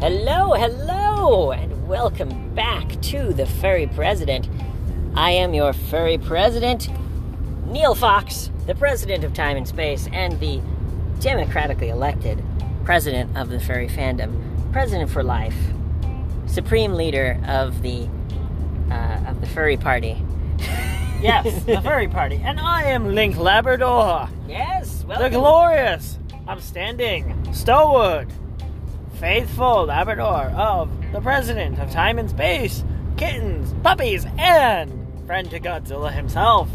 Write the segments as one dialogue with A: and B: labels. A: Hello, hello, and welcome back to the Furry President. I am your Furry President, Neil Fox, the President of Time and Space, and the democratically elected President of the Furry Fandom, President for Life, Supreme Leader of the uh, of the Furry Party.
B: Yes, the furry party. And I am Link Labrador,
A: Yes,
B: the
A: welcome.
B: glorious, upstanding, stowwood, faithful Labrador of the President of Time and Space, kittens, puppies, and friend to Godzilla himself.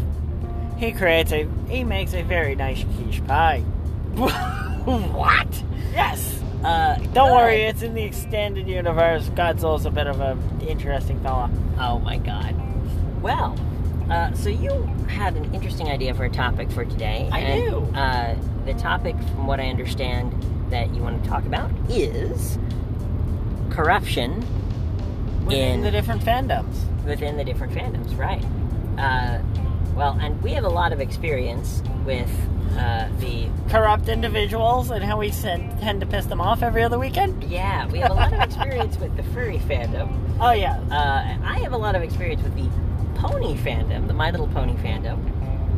B: He creates a, he makes a very nice quiche pie.
A: what?
B: Yes!
A: Uh,
B: Don't worry, it's in the extended universe. Godzilla's a bit of a interesting fella.
A: Oh my god. Well, uh, so you had an interesting idea for a topic for today.
B: I
A: and,
B: do.
A: Uh, the topic, from what I understand, that you want to talk about is corruption
B: Within
A: In-
B: the different fandoms.
A: within the different fandoms, right? Uh, well, and we have a lot of experience with uh, the.
B: Corrupt individuals and how we send, tend to piss them off every other weekend.
A: Yeah, we have a lot of experience with the furry fandom.
B: Oh, yeah.
A: uh, I have a lot of experience with the pony fandom, the My Little Pony fandom,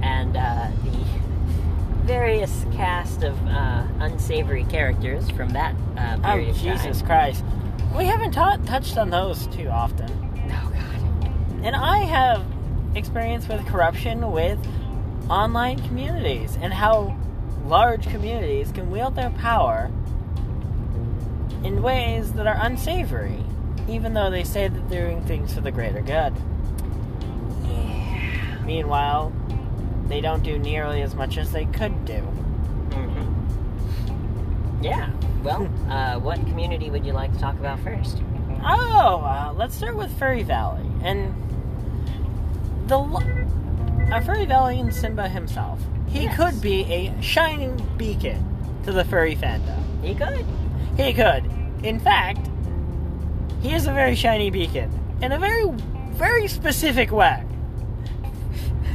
A: and uh, the various cast of uh, unsavory characters from that uh,
B: Oh
A: period of
B: Jesus
A: time.
B: Christ! We haven't ta- touched on those too often,
A: Oh God!
B: and I have experience with corruption with online communities and how large communities can wield their power in ways that are unsavory, even though they say that they're doing things for the greater good.
A: Yeah.
B: Meanwhile, they don't do nearly as much as they could do.
A: hmm Mm-hmm. Yeah. Well, uh, what community would you like to talk about first?
B: Oh, uh, let's start with Furry Valley. And the lo- uh, Furry Valley and Simba himself. He
A: Yes.
B: could be a shining beacon to the furry fandom.
A: You could.
B: He could. In fact, he is a very shiny beacon in a very, very specific way.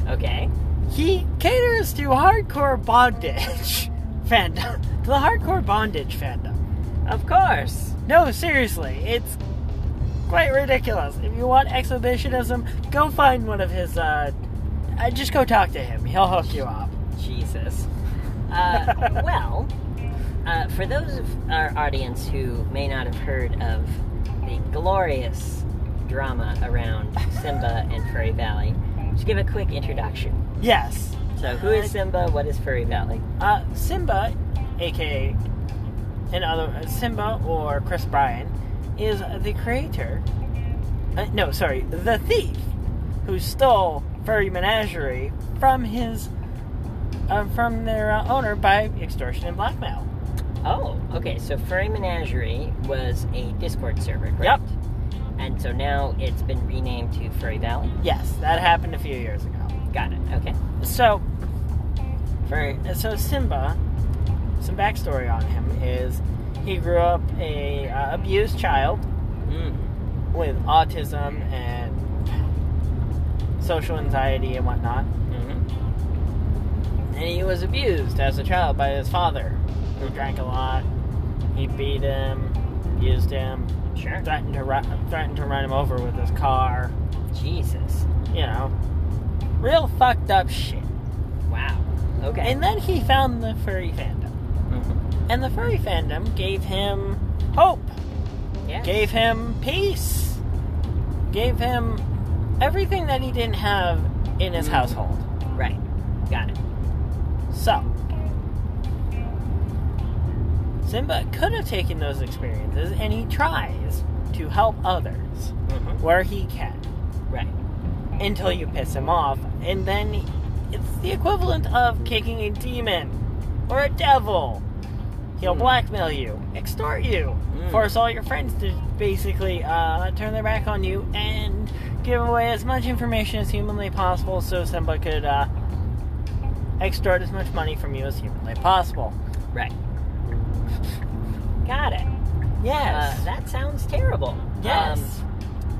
A: Okay.
B: He caters to hardcore bondage fandom, to the hardcore bondage fandom.
A: Of course.
B: No, seriously, it's quite ridiculous. If you want exhibitionism, go find one of his. Uh, uh, just go talk to him. He'll hook you up.
A: Jesus. Uh, well, uh, for those of our audience who may not have heard of the glorious drama around Simba and Furry Valley, just give a quick introduction.
B: Yes.
A: So, who is Simba? What is Furry Valley?
B: Uh, Simba, aka in other uh, Simba or Chris Bryan, is the creator. Uh, no, sorry, the thief who stole Furry Menagerie from his uh, from their uh, owner by extortion and blackmail.
A: Oh, okay. So, Furry Menagerie was a Discord server,
B: Yep.
A: correct? And so now it's been renamed to Furry Valley.
B: Yes, that happened a few years ago.
A: Got it. Okay.
B: So, very so Simba. Some backstory on him is he grew up a uh, abused child
A: Mm.
B: with autism and social anxiety and whatnot,
A: hmm
B: and he was abused as a child by his father, who drank a lot. He beat him, used him,
A: Sure.
B: threatened to ru- threatened to run him over with his car.
A: Jesus.
B: You know, real fucked up shit.
A: Wow. Okay.
B: And then he found the furry fandom.
A: Mhm.
B: And the furry fandom gave him hope,
A: Yes.
B: gave him peace, gave him everything that he didn't have in his
A: Mhm.
B: household.
A: Right. Got it.
B: So, Simba could have taken those experiences and he tries to help others
A: Mm-hmm.
B: where he can
A: Right.
B: until you piss him off. And then it's the equivalent of kicking a demon or a devil. He'll
A: Mm.
B: blackmail you, extort you,
A: Mm.
B: force all your friends to basically uh, turn their back on you, and give away as much information as humanly possible so Simba could uh, extort as much money from you as humanly possible.
A: Right. Got it.
B: Yes.
A: Uh, that sounds terrible.
B: yes.
A: Um,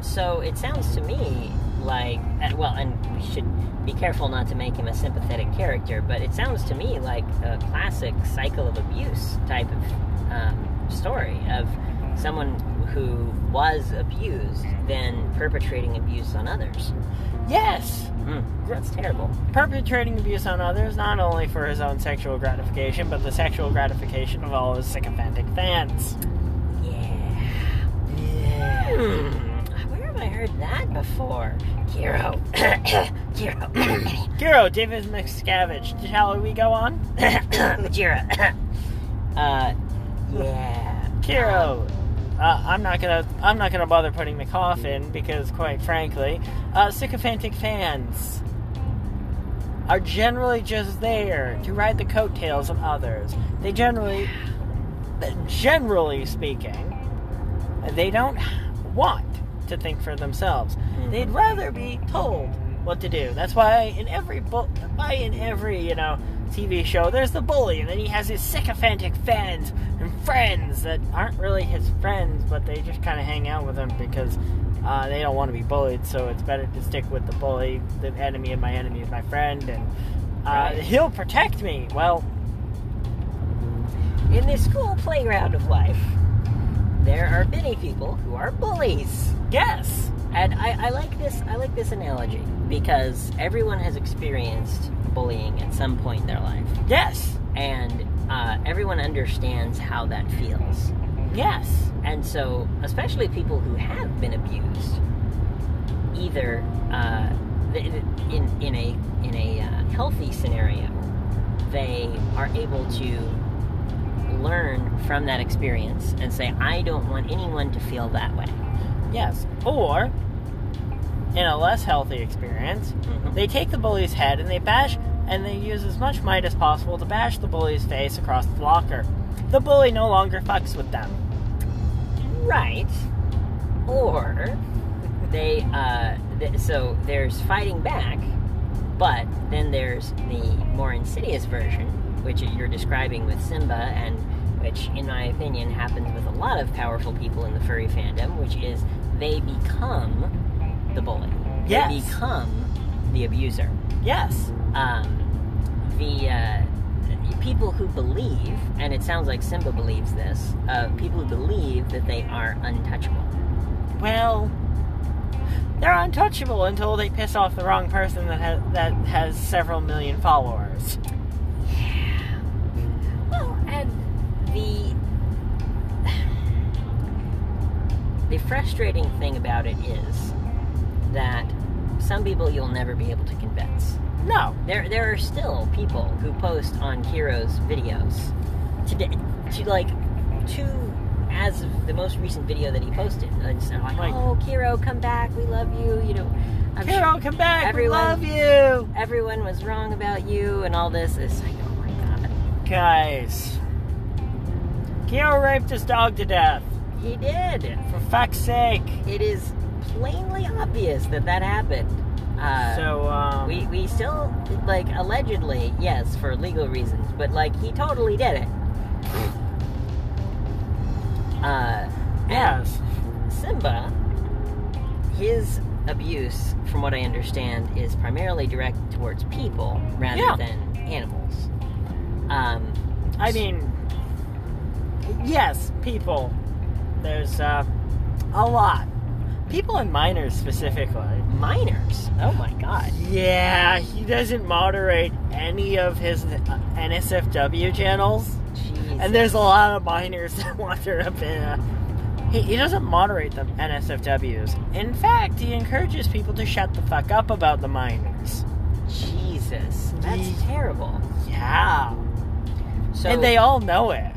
A: so it sounds to me like, uh, well, and we should be careful not to make him a sympathetic character, but it sounds to me like a classic cycle of abuse type of um, story of someone who was abused than perpetrating abuse on others.
B: Yes!
A: Mm, that's terrible.
B: Perpetrating abuse on others, not only for his own sexual gratification, but the sexual gratification of all his sycophantic fans.
A: Yeah. Hmm, Where have I heard that before? Kiro. Kiro.
B: Giro, David McScavige, shall we go on?
A: Jira. uh, yeah.
B: Kiro, uh, I'm not gonna, I'm not gonna bother putting the coffin because, quite frankly, uh, sycophantic fans are generally just there to ride the coattails of others. They generally, generally speaking, they don't want to think for themselves.
A: Mhm.
B: They'd rather be told what to do. That's why in every bu- why in every you know TV show, there's the bully, and then he has his sycophantic fans and friends that aren't really his friends, but they just kind of hang out with him because uh, they don't want to be bullied. So it's better to stick with the bully, the enemy of my enemy is my friend, and uh,
A: Right.
B: he'll protect me. Well,
A: In this school playground of life, there are many people who are bullies.
B: yes,
A: And I, I like this I like this analogy because everyone has experienced bullying at some point in their life.
B: yes,
A: And uh, everyone understands how that feels.
B: yes.
A: And so, especially people who have been abused, either uh, th- th- in, in a, in a uh, healthy scenario, they are able to learn from that experience and say, I don't want anyone to feel that way.
B: Yes. Or, in a less healthy experience, they take the bully's head and they bash, and they use as much might as possible to bash the bully's face across the locker. The bully no longer fucks with them.
A: Right. Or they, uh, th- so there's fighting back, but then there's the more insidious version, which you're describing with Simba, and which, in my opinion, happens with a lot of powerful people in the furry fandom, which is they become the bully. They
B: Yes.
A: become the abuser
B: Yes.
A: um, the uh, people who believe, and it sounds like Simba believes this, uh, people who believe that they are untouchable.
B: Well, they're untouchable until they piss off the wrong person that has, that has several million followers.
A: Well, and the the frustrating thing about it is that some people you'll never be able to convince.
B: No.
A: There, there are still people who post on Kiro's videos today, to like two as of the most recent video that he posted. And so I'm like,
B: Right.
A: oh, Kiro, come back, we love you. You know, I'm
B: Carol, come back.
A: everyone-
B: We love you.
A: sure everyone was wrong about you and all this. It's like, oh my god,
B: Guys. Carol raped his dog to death.
A: he did.
B: For fuck's sake.
A: It is plainly obvious that that happened. Uh,
B: so um,
A: we we still like allegedly, yes, for legal reasons, but like he totally did it. Uh,
B: yes,
A: Simba, his abuse, from what I understand, is primarily directed towards people rather
B: Yeah.
A: than animals. Um,
B: I mean, yes, people. There's uh, a lot. People and minors specifically.
A: minors. Oh my god.
B: Yeah, he doesn't moderate any of his uh, NSFW channels,
A: Jeez.
B: and there's a lot of minors that wander up in. Uh, he, he doesn't moderate the NSFWs. In fact, he encourages people to shut the fuck up about the minors.
A: Jesus, that's
B: Ye-
A: terrible.
B: Yeah,
A: So
B: and they all know it.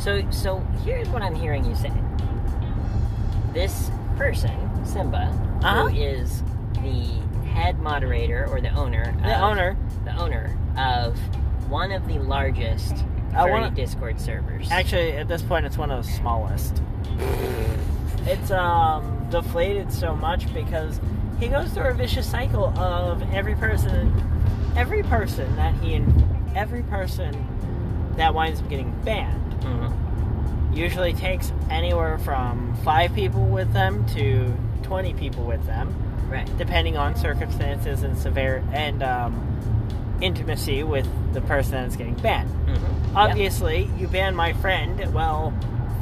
A: So, so here's what I'm hearing you say. This person, Simba,
B: Uh-huh.
A: who is the head moderator or the owner,
B: The
A: of,
B: owner.
A: the owner of one of the largest
B: I
A: furry
B: wanna-
A: Discord servers.
B: Actually, at this point, it's one of the smallest. It's um deflated so much because he goes through a vicious cycle of every person, every person that he, every person that winds up getting banned
A: Mhm.
B: usually takes anywhere from five people with them to twenty people with them,
A: right,
B: depending on circumstances and severe and um, intimacy with the person that's getting banned.
A: Mhm.
B: Obviously, you ban my friend. Well,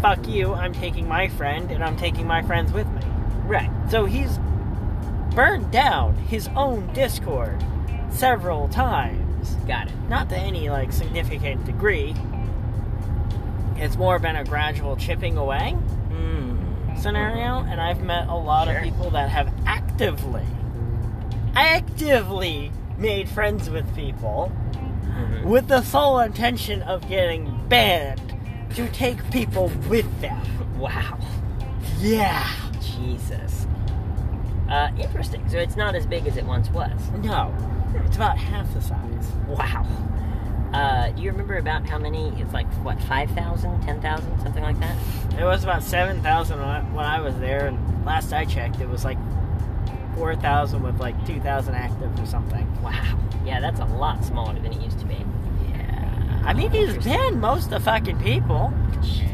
B: fuck you, I'm taking my friend and I'm taking my friends with me.
A: Right.
B: So he's burned down his own Discord several times.
A: Got it.
B: Not to any like significant degree. It's more been a gradual chipping away
A: Mm.
B: scenario, and I've met a lot
A: Sure.
B: of people that have actively, actively made friends with people
A: Mhm.
B: with the sole intention of getting banned to take people with them.
A: Wow.
B: Yeah.
A: Jesus. Uh, interesting. So it's not as big as it once was.
B: No, it's about half the size.
A: Wow. Uh, do you remember about how many? It's like, what, 5,000, 10,000, something like that?
B: It was about 7,000 when I- when I was there, and last I checked, it was like 4,000 with like 2,000 active or something.
A: Wow. Yeah, that's a lot smaller than it used to be.
B: Yeah. I mean, he's banned most of fucking people.
A: Jesus.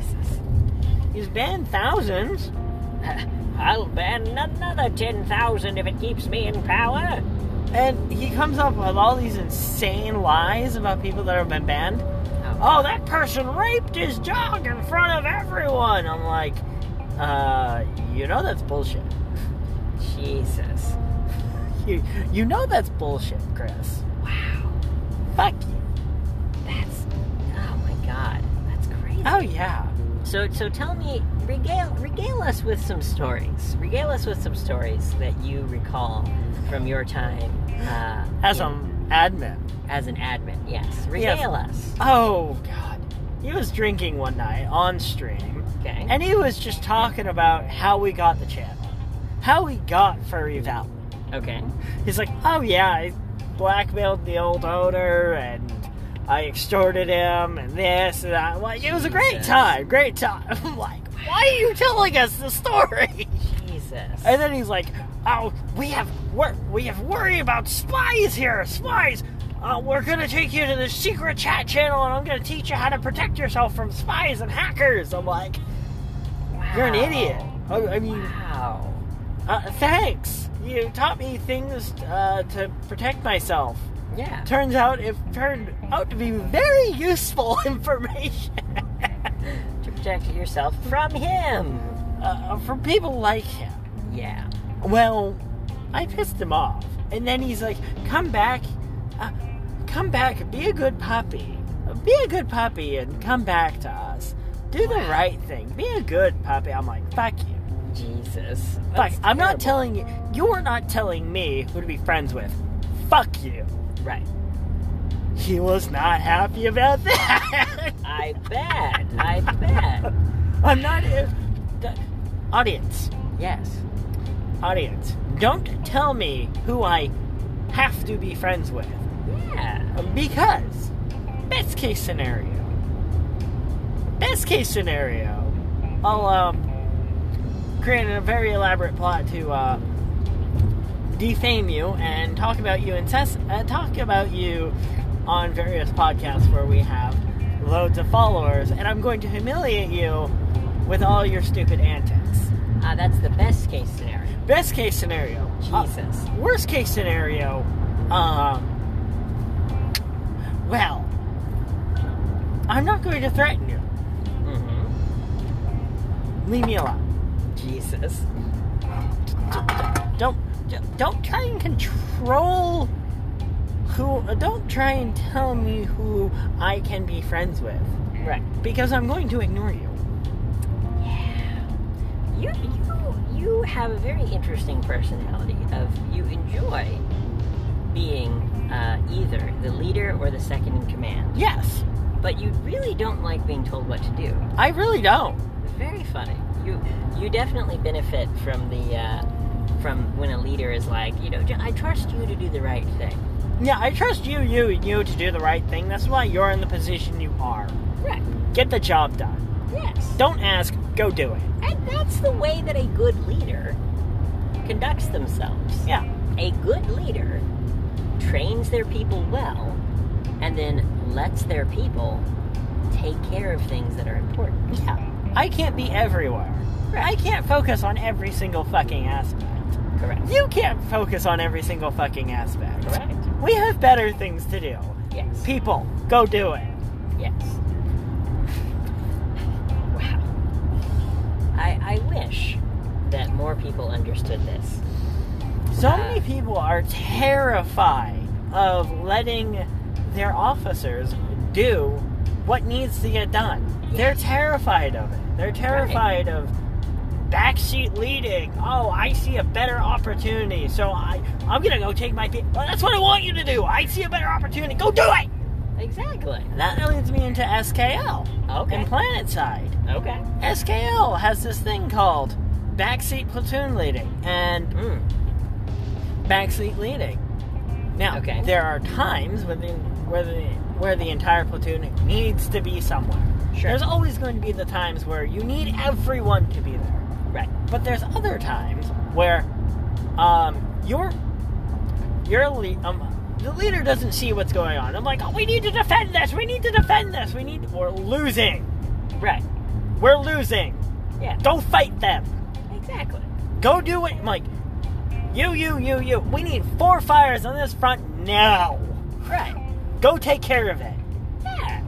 B: He's banned thousands.
A: I'll ban another 10,000 if it keeps me in power.
B: And he comes up with all these insane lies about people that have been banned. Oh, that person raped his dog in front of everyone. I'm like, uh, you know that's bullshit.
A: Jesus.
B: You, you know that's bullshit, Chris.
A: Wow.
B: Fuck you.
A: That's. Oh my god. That's crazy.
B: Oh, yeah.
A: So, so tell me, regale, regale us with some stories. Regale us with some stories that you recall from your time uh,
B: As
A: in-
B: an admin.
A: as an admin. Yes, regale us.
B: Oh, God. He was drinking one night on stream,
A: Okay.
B: and he was just talking about how we got the channel, how we got Furry Valley.
A: okay.
B: He's like, oh yeah, I blackmailed the old owner and I extorted him and this and that. Like, it was a great
A: Jesus.
B: time, great time. I'm like, why are you telling us the story?
A: Jesus.
B: And then he's like, oh, we have wor- we have worry about spies here, spies. Uh, we're gonna take you to the secret chat channel and I'm gonna teach you how to protect yourself from spies and hackers. I'm like, you're an
A: Wow.
B: idiot. I, I mean,
A: Wow.
B: uh, thanks. You taught me things uh, to protect myself.
A: Yeah.
B: Turns out it turned out to be very useful information
A: To protect yourself from him.
B: uh, for people like him.
A: Yeah.
B: Well, I pissed him off. And then he's like, come back, uh, come back, be a good puppy. Be a good puppy and come back to us. Do the right thing. Be a good puppy. I'm like, fuck you.
A: Jesus.
B: Fuck.
A: That's
B: I'm not
A: terrible.
B: telling you. You're not telling me who to be friends with. Fuck you.
A: Right.
B: He was not happy about that.
A: I bet. I bet.
B: I'm not. If, the, audience,
A: Yes.
B: audience, don't tell me who I have to be friends with.
A: Yeah.
B: Because, best case scenario, best case scenario, I'll um, create a very elaborate plot to uh, defame you and talk about you incess- uh, talk about you on various podcasts where we have loads of followers, and I'm going to humiliate you with all your stupid antics.
A: Uh, that's the best case scenario.
B: Best case scenario, Uh,
A: Jesus.
B: worst case scenario, um, well, I'm not going to threaten you.
A: Mm-hmm.
B: Leave me alone.
A: Jesus.
B: Don't don't try and control who. Don't try and tell me who I can be friends with
A: Right.
B: because I'm going to ignore you.
A: You you you have a very interesting personality. Of you enjoy being uh, either the leader or the second in command,
B: Yes,
A: but you really don't like being told what to do.
B: I really don't.
A: Very funny. You you definitely benefit from the uh, from when a leader is like, you know, "Jo- I trust you to do the right thing.
B: Yeah, I trust you, you, and you to do the right thing. That's why you're in the position you are.
A: Right.
B: Get the job done.
A: Yes.
B: Don't ask. Go do it.
A: And that's the way that a good leader conducts themselves.
B: Yeah.
A: A good leader trains their people well and then lets their people take care of things that are important.
B: Yeah, I can't be everywhere. I can't focus on every single fucking aspect.
A: Correct.
B: You can't focus on every single fucking aspect.
A: Correct.
B: We have better things to do.
A: Yes.
B: People, go do it.
A: Yes. Wow. I, I wish that more people understood this.
B: So many people are terrified of letting their officers do what needs to get done. They're terrified of it. They're terrified of backseat leading. Oh, I see a better opportunity, so I I'm gonna go take my. Pe- well, that's what I want you to do. I see a better opportunity. Go do it.
A: Exactly.
B: That leads me into SKL
A: Okay.
B: and Planet Side.
A: Okay.
B: SKL has this thing called backseat platoon leading and
A: Mm.
B: backseat leading. Now,
A: Okay.
B: there are times within where the where the entire platoon needs to be somewhere.
A: Sure.
B: There's always going to be the times where you need everyone to be there.
A: Right.
B: But there's other times where um, your your le- um, the leader doesn't see what's going on. I'm like, oh, we need to defend this. We need to defend this. We need. We're losing.
A: Right.
B: We're losing.
A: Yeah.
B: Go fight them.
A: Exactly.
B: Go do it. I'm like, you, you, you, you. We need four fires on this front now.
A: Right.
B: Go take care of it.
A: Yeah.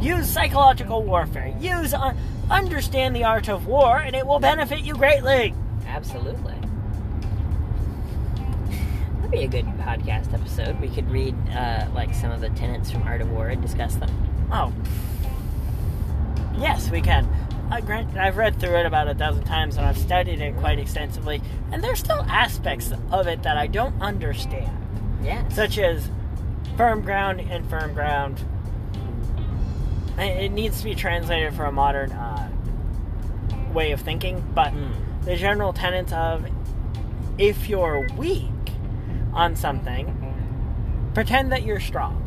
B: Use psychological warfare. Use uh, understand the art of war, and it will benefit you greatly.
A: Absolutely. That'd be a good podcast episode. We could read uh, like some of the tenets from Art of War and discuss them.
B: Oh. Yes, we can. I grant I've read through it about a dozen times and I've studied it quite extensively, and there's still aspects of it that I don't understand,
A: Yeah.
B: such as firm ground and firm ground. I- It needs to be translated for a modern uh, way of thinking, but
A: Mm.
B: the general tenets of if you're weak on something, pretend that you're strong.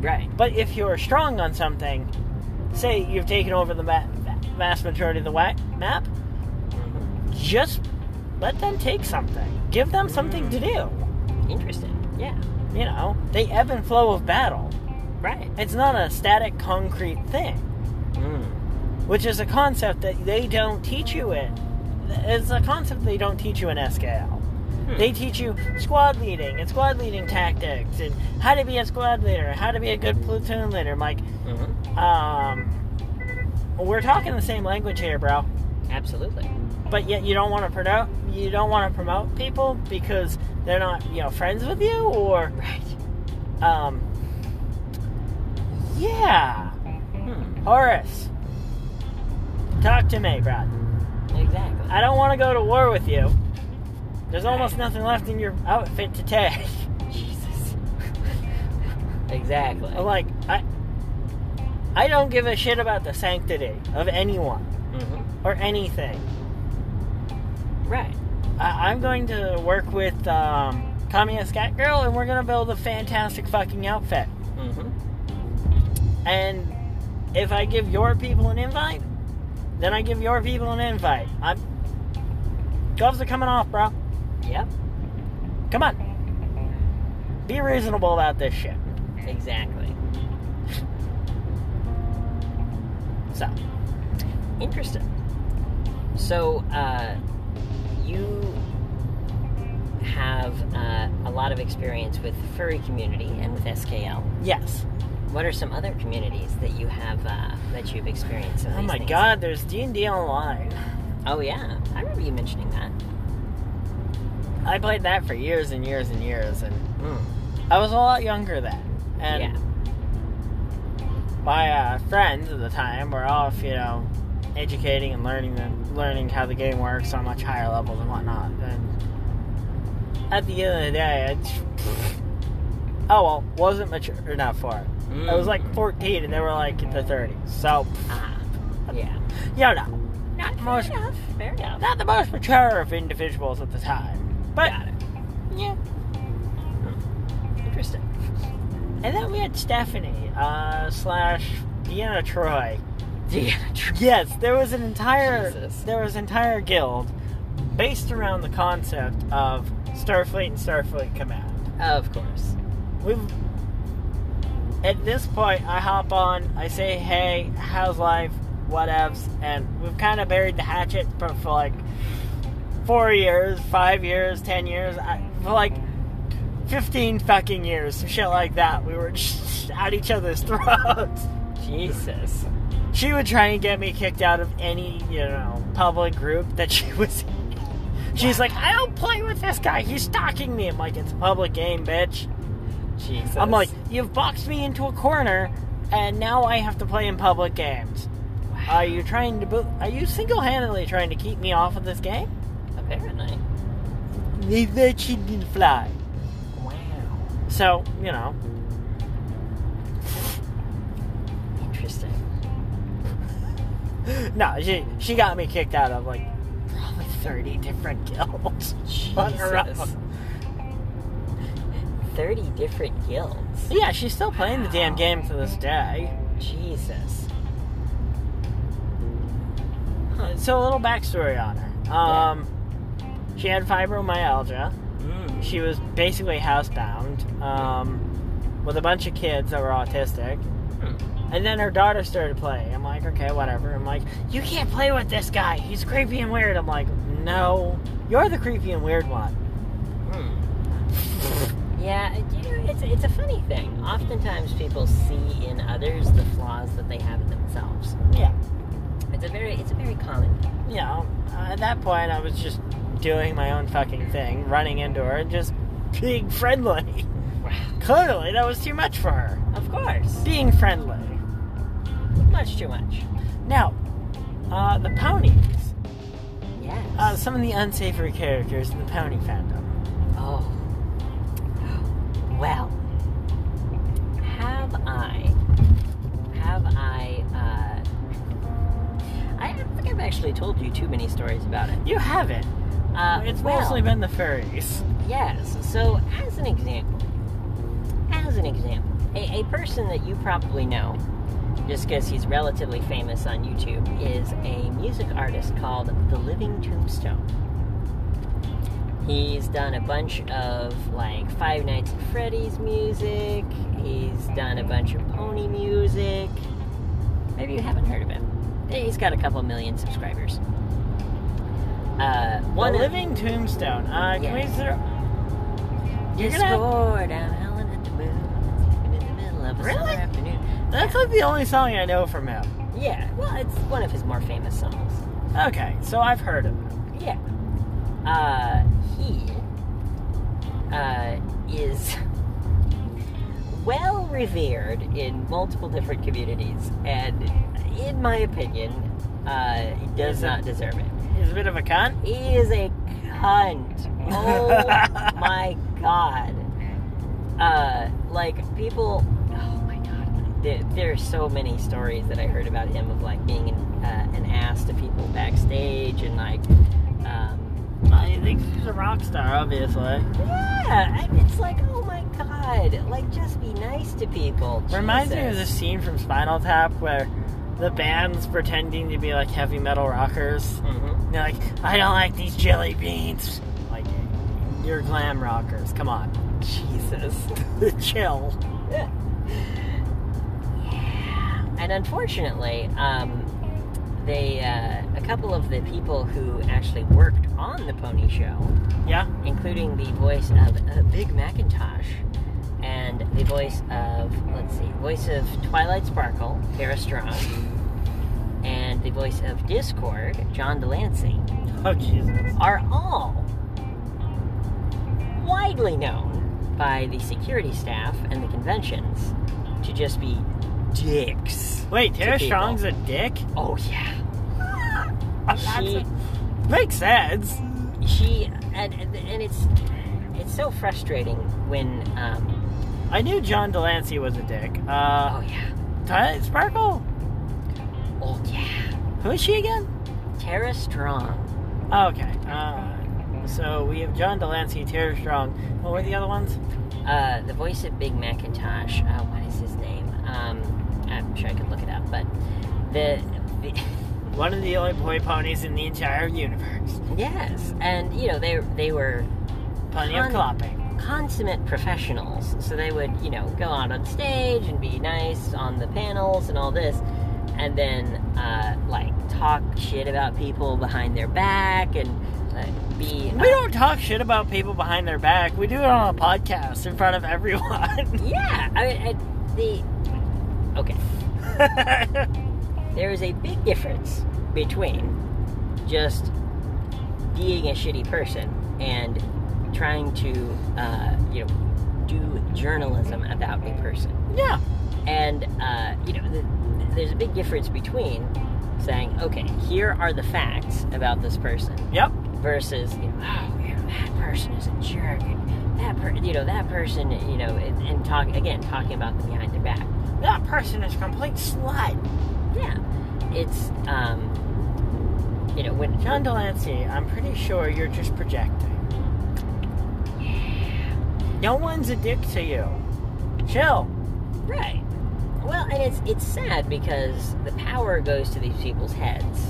A: Right.
B: But if you're strong on something, say you've taken over the ma- vast majority of the wa- map,
A: Mm-hmm.
B: just let them take something. Give them something to do.
A: Interesting. Yeah.
B: You know, the ebb and flow of battle.
A: Right.
B: It's not a static, concrete thing, Hmm.
A: Mm.
B: which is a concept that they don't teach you in. It's a concept they don't teach you in SKL.
A: Hmm.
B: They teach you squad leading and squad leading tactics and how to be a squad leader, how to be a good platoon leader. I'm like,
A: Mhm.
B: Um, we're talking the same language here, bro.
A: Absolutely.
B: But yet you don't want to promote you don't want to promote people because they're not you know friends with you or
A: Right.
B: um. Yeah,
A: Hmm.
B: Horace, talk to me, bro.
A: Exactly.
B: I don't want to go to war with you. There's almost nothing left in your outfit to take.
A: Jesus. exactly.
B: I'm like I. I don't give a shit about the sanctity of anyone
A: Mhm.
B: or anything.
A: Right.
B: I- I'm going to work with um, Kamiya Scat Girl, and we're gonna build a fantastic fucking outfit.
A: Mm-hmm.
B: And if I give your people an invite, then I give your people an invite. I'm gloves are coming off, bro.
A: Yep.
B: Come on, be reasonable about this shit.
A: Exactly.
B: So,
A: Interesting. So, uh, you have uh, a lot of experience with the furry community and with SKL.
B: yes.
A: What are some other communities that you have uh, that you've experienced? in
B: Oh
A: these
B: my
A: things?
B: God, there's D and D online.
A: Oh yeah, I remember you mentioning that.
B: I played that for years and years and years, and I was a lot younger then. And
A: yeah.
B: my uh, friends at the time were off, you know, educating and learning the, learning how the game works on much higher levels and whatnot. And at the end of the day, I just, oh well, wasn't mature enough for it. I was
A: Mm.
B: like 14, and they were like in the 30s. So,
A: Ah, yeah.
B: you know,
A: Not fair
B: Most-
A: enough. Fair enough.
B: not the most mature of individuals at the time, but
A: Got it.
B: yeah.
A: Interesting.
B: And then we had Stephanie uh, slash Deanna Troy.
A: Yeah. True.
B: Yes, there was an entire
A: Jesus.
B: there was an entire guild based around the concept of Starfleet and Starfleet Command.
A: Of course.
B: We've at this point I hop on, I say, hey, how's life? Whatevs and we've kinda buried the hatchet for, for like four years, five years, ten years, I, for like fifteen fucking years, some shit like that. We were just at each other's throats.
A: Jesus.
B: she would try and get me kicked out of any, you know, public group that she was in. She's like, I don't play with this guy. He's stalking me. I'm like, it's a public game, bitch.
A: Jesus.
B: I'm like, you've boxed me into a corner, and now I have to play in public games. Are you trying to boot? Are you single-handedly trying to keep me off of this game?
A: apparently.
B: They let she didn't fly.
A: Wow.
B: So you know,
A: Interesting.
B: no, she she got me kicked out of like probably thirty different guilds. on her own.
A: Jesus. 30 different guilds.
B: Yeah, she's still playing the damn
A: Wow.
B: game to this day.
A: Jesus. Huh.
B: So a little backstory on her. Um, she had fibromyalgia.
A: Mm.
B: She was basically housebound um, with a bunch of kids that were autistic. And then her daughter started playing. I'm like, okay, whatever. I'm like, you can't play with this guy. He's creepy and weird. I'm like, no, you're the creepy and weird one.
A: Hmm. Yeah, you know, it's, it's a funny thing. Oftentimes people see in others the flaws that they have in themselves.
B: Yeah.
A: It's a very, it's a very common thing.
B: You know, at that point, I was just doing my own fucking thing, running into her and just being friendly.
A: Wow.
B: Clearly, that was too much for her.
A: Of course.
B: Being friendly.
A: Much too much.
B: Now, uh, the ponies.
A: Yes.
B: Uh, some of the unsavory characters in the pony fandom.
A: Oh. Well, have I, have I, uh, I don't think I've actually told you too many stories about it.
B: You haven't.
A: Uh,
B: it's
A: well,
B: mostly been the furries.
A: Yes. So, as an example, as an example, a, a person that you probably know, just because he's relatively famous on YouTube, is a music artist called The Living Tombstone. He's done a bunch of like Five Nights at Freddy's music. He's done a bunch of pony music. Maybe you haven't heard of him. He's got a couple million subscribers. Uh, one
B: One
A: of-
B: living tombstone. Uh, can
A: Yes.
B: we throw- You're
A: Just
B: gonna-
A: bored. I'm howling at the moon. In the middle of a
B: Really?
A: summer afternoon.
B: That's like the only song I know from him.
A: Yeah. Well, it's one of his more famous songs.
B: Okay, so I've heard of him.
A: Yeah. Uh, he uh, is well revered in multiple different communities, and in my opinion, uh, he does
B: Is it-
A: not deserve it.
B: He's a bit of a cunt.
A: He is a cunt. Oh my god. Uh, like people. Oh my god. There, there are so many stories that I heard about him of like being an, uh, an ass to people backstage and like. Um,
B: I think he's a rock star, obviously.
A: yeah, and it's like oh my god. Like just be nice to people.
B: Reminds me of the
A: Jesus.
B: scene from Spinal Tap where the band's pretending to be like heavy metal rockers.
A: Mhm.
B: And they're like, I don't like these jelly beans. Like, you're glam rockers. Come on. Jesus. Chill.
A: Yeah. And unfortunately, um, they uh, a couple of the people who actually worked on the pony show,
B: Yeah?
A: including the voice of uh, Big Macintosh and the voice of let's see, voice of Twilight Sparkle, Kara Strong, and the voice of Discord, John Delancey,
B: Oh, Jesus.
A: are all widely known by the security staff and the conventions to just be dicks.
B: Wait, Tara
A: people.
B: Strong's a dick?
A: Oh yeah.
B: That's- Makes sense.
A: She and and and it's it's so frustrating when um
B: I knew John Delancey was a dick. Uh,
A: oh yeah.
B: Twilight Sparkle?
A: Oh yeah.
B: Who is she again?
A: Tara Strong.
B: Oh, okay. Uh, so we have John Delancey, Tara Strong. What were the other ones?
A: Uh the voice of Big Macintosh. Uh, what is his name? Um I'm sure I could look it up, but the, the
B: One of the only boy ponies in the entire universe.
A: yes, and you know they they were
B: Plenty
A: Pony.
B: of clopping.
A: consummate professionals. So they would, you know, go out on stage and be nice on the panels and all this, and then uh, like talk shit about people behind their back and uh, be.
B: We don't talk shit about people behind their back. We do it on a podcast in front of everyone.
A: Yeah, I mean, I, the. Okay, there is a big difference between just being a shitty person and trying to, uh, you know, do journalism about a person.
B: Yeah.
A: And, uh, you know, th- th- there's a big difference between saying, okay, here are the facts about this person
B: Yep.
A: versus, you know, oh, yeah, that person is a jerk. and That per- you know, that person, you know, and, and talk again, talking about them behind their back.
B: That person is a complete slut.
A: Yeah, it's um, you know, when
B: John Delancey, I'm pretty sure you're just projecting. No one's a dick to you. Chill.
A: right. Well, and it's it's sad because the power goes to these people's heads.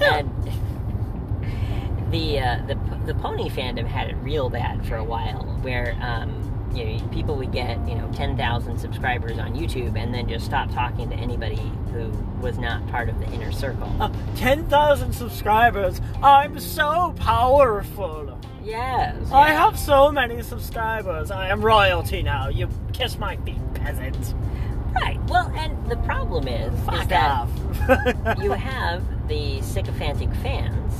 B: Yeah.
A: And the uh, the p- the pony fandom had it real bad for a while, where um, you know people would get you know ten thousand subscribers on YouTube and then just stop talking to anybody who was not part of the inner circle.
B: Uh, 10,000 subscribers. I'm so powerful.
A: Yes.
B: I have so many subscribers. I am royalty now. You kiss my feet, peasant.
A: right. Well, and the problem is, is
B: Fuck
A: that
B: off.
A: you have the sycophantic fans,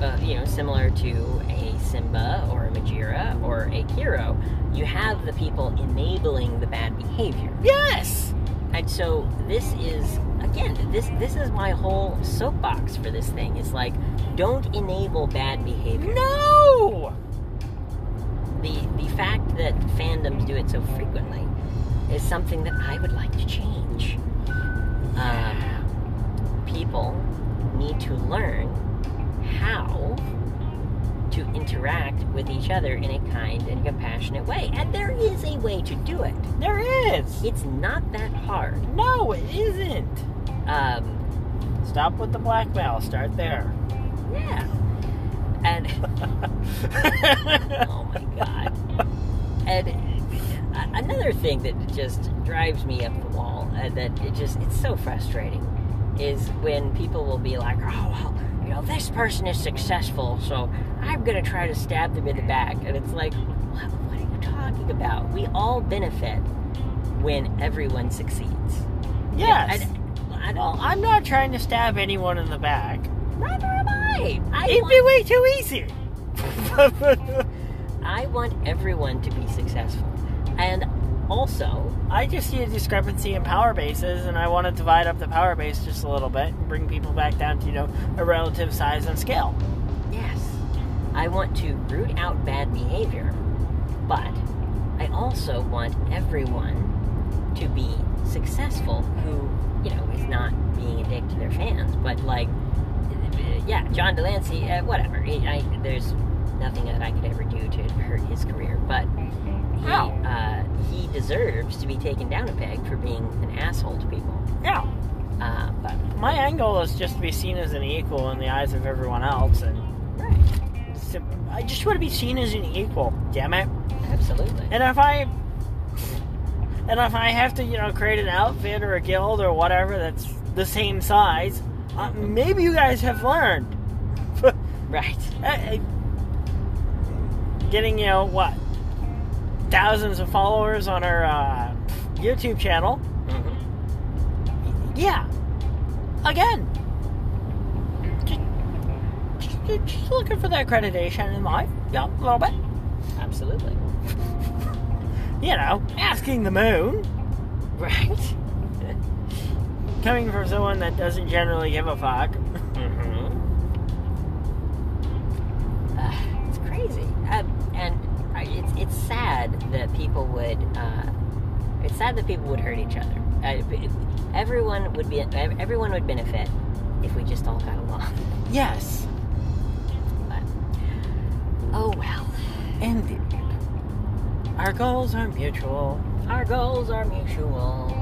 A: uh, you know, similar to a Simba or a Majira or a Kiro. You have the people enabling the bad behavior,
B: yes!
A: and so this is again, this this is my whole soapbox for this thing. It's like, don't enable bad behavior.
B: No!
A: The the fact that fandoms do it so frequently is something that I would like to change. Um, people need to learn how to interact with each other in a kind and compassionate way, and there is a way to do it.
B: There is.
A: It's not that hard.
B: No, it isn't.
A: Um,
B: Stop with the blackmail. Start there.
A: yeah, and. oh my god. And uh, another thing that just drives me up the wall, and that it just it's so frustrating, is when people will be like, "Oh well, you know, this person is successful, so I'm gonna try to stab them in the back," and it's like, what, what are you talking about? We all benefit when everyone succeeds.
B: yes.
A: I, I
B: well,
A: don't.
B: I'm not trying to stab anyone in the back.
A: Neither am I. I
B: It'd
A: want-
B: be way too easy.
A: I want everyone to be successful, and also
B: I just see a discrepancy in power bases, and I want to divide up the power base just a little bit and bring people back down to you know a relative size and scale.
A: Yes, I want to root out bad behavior, but I also want everyone to be successful who, you know, is not being a dick to their fans, but like, yeah, John Delancey, uh, whatever. He, I, there's nothing that I could ever do to hurt his career, but he,
B: No.
A: uh, he deserves to be taken down a peg for being an asshole to people.
B: Yeah.
A: Uh, but,
B: My angle is just to be seen as an equal in the eyes of everyone else, and
A: right,
B: so- I just want to be seen as an equal. Damn it.
A: absolutely.
B: And if I and if I have to, you know, create an outfit or a guild or whatever that's the same size, uh, maybe you guys have learned.
A: Right.
B: Uh, uh, Getting you know what thousands of followers on our uh, YouTube channel.
A: hmm
B: Yeah. Again. Just, just, just looking for the accreditation in life. Yeah, a little bit.
A: Absolutely.
B: You know, asking the moon.
A: Right.
B: Coming from someone that doesn't generally give a fuck.
A: Mm-hmm. Uh, it's crazy, um, and I, it's it's sad that people would. Uh, it's sad that people would hurt each other. Uh, b- everyone would be ev- everyone would benefit if we just all got along.
B: Yes.
A: But oh well,
B: Indeed. Our goals are mutual.
A: our goals are mutual.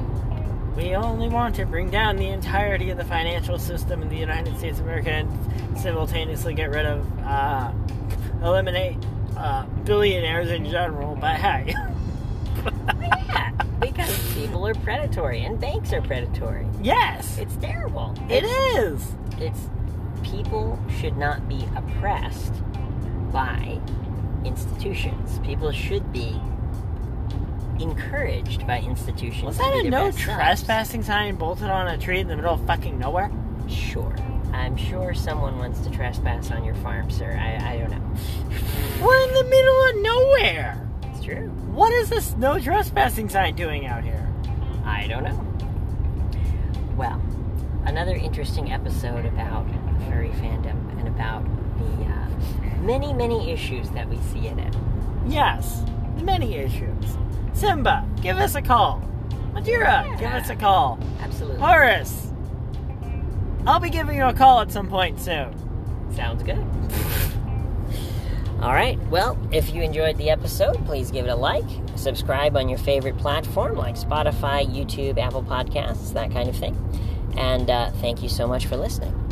B: We only want to bring down the entirety of the financial system in the United States of America and simultaneously get rid of, uh, eliminate uh, billionaires in general. But hey,
A: Yeah, because people are predatory and banks are predatory.
B: yes,
A: It's terrible.
B: it is.
A: it's people should not be oppressed by institutions. People should be encouraged by institutions.
B: Was
A: to
B: that
A: be
B: a
A: their
B: no
A: best selves.
B: trespassing sign bolted on a tree in the middle of fucking nowhere?
A: Sure. I'm sure someone wants to trespass on your farm, sir. I, I don't know.
B: We're in the middle of nowhere.
A: It's true.
B: What is this no trespassing sign doing out here?
A: I don't know. Well, another interesting episode about furry fandom and about the uh, many, many issues that we see in it.
B: Yes, many issues. Simba, give us a call. Madeira, give us a call.
A: Absolutely.
B: Horace, I'll be giving you a call at some point soon.
A: Sounds good. All right. Well, if you enjoyed the episode, please give it a like. Subscribe on your favorite platform like Spotify, YouTube, Apple Podcasts, that kind of thing. And uh, thank you so much for listening.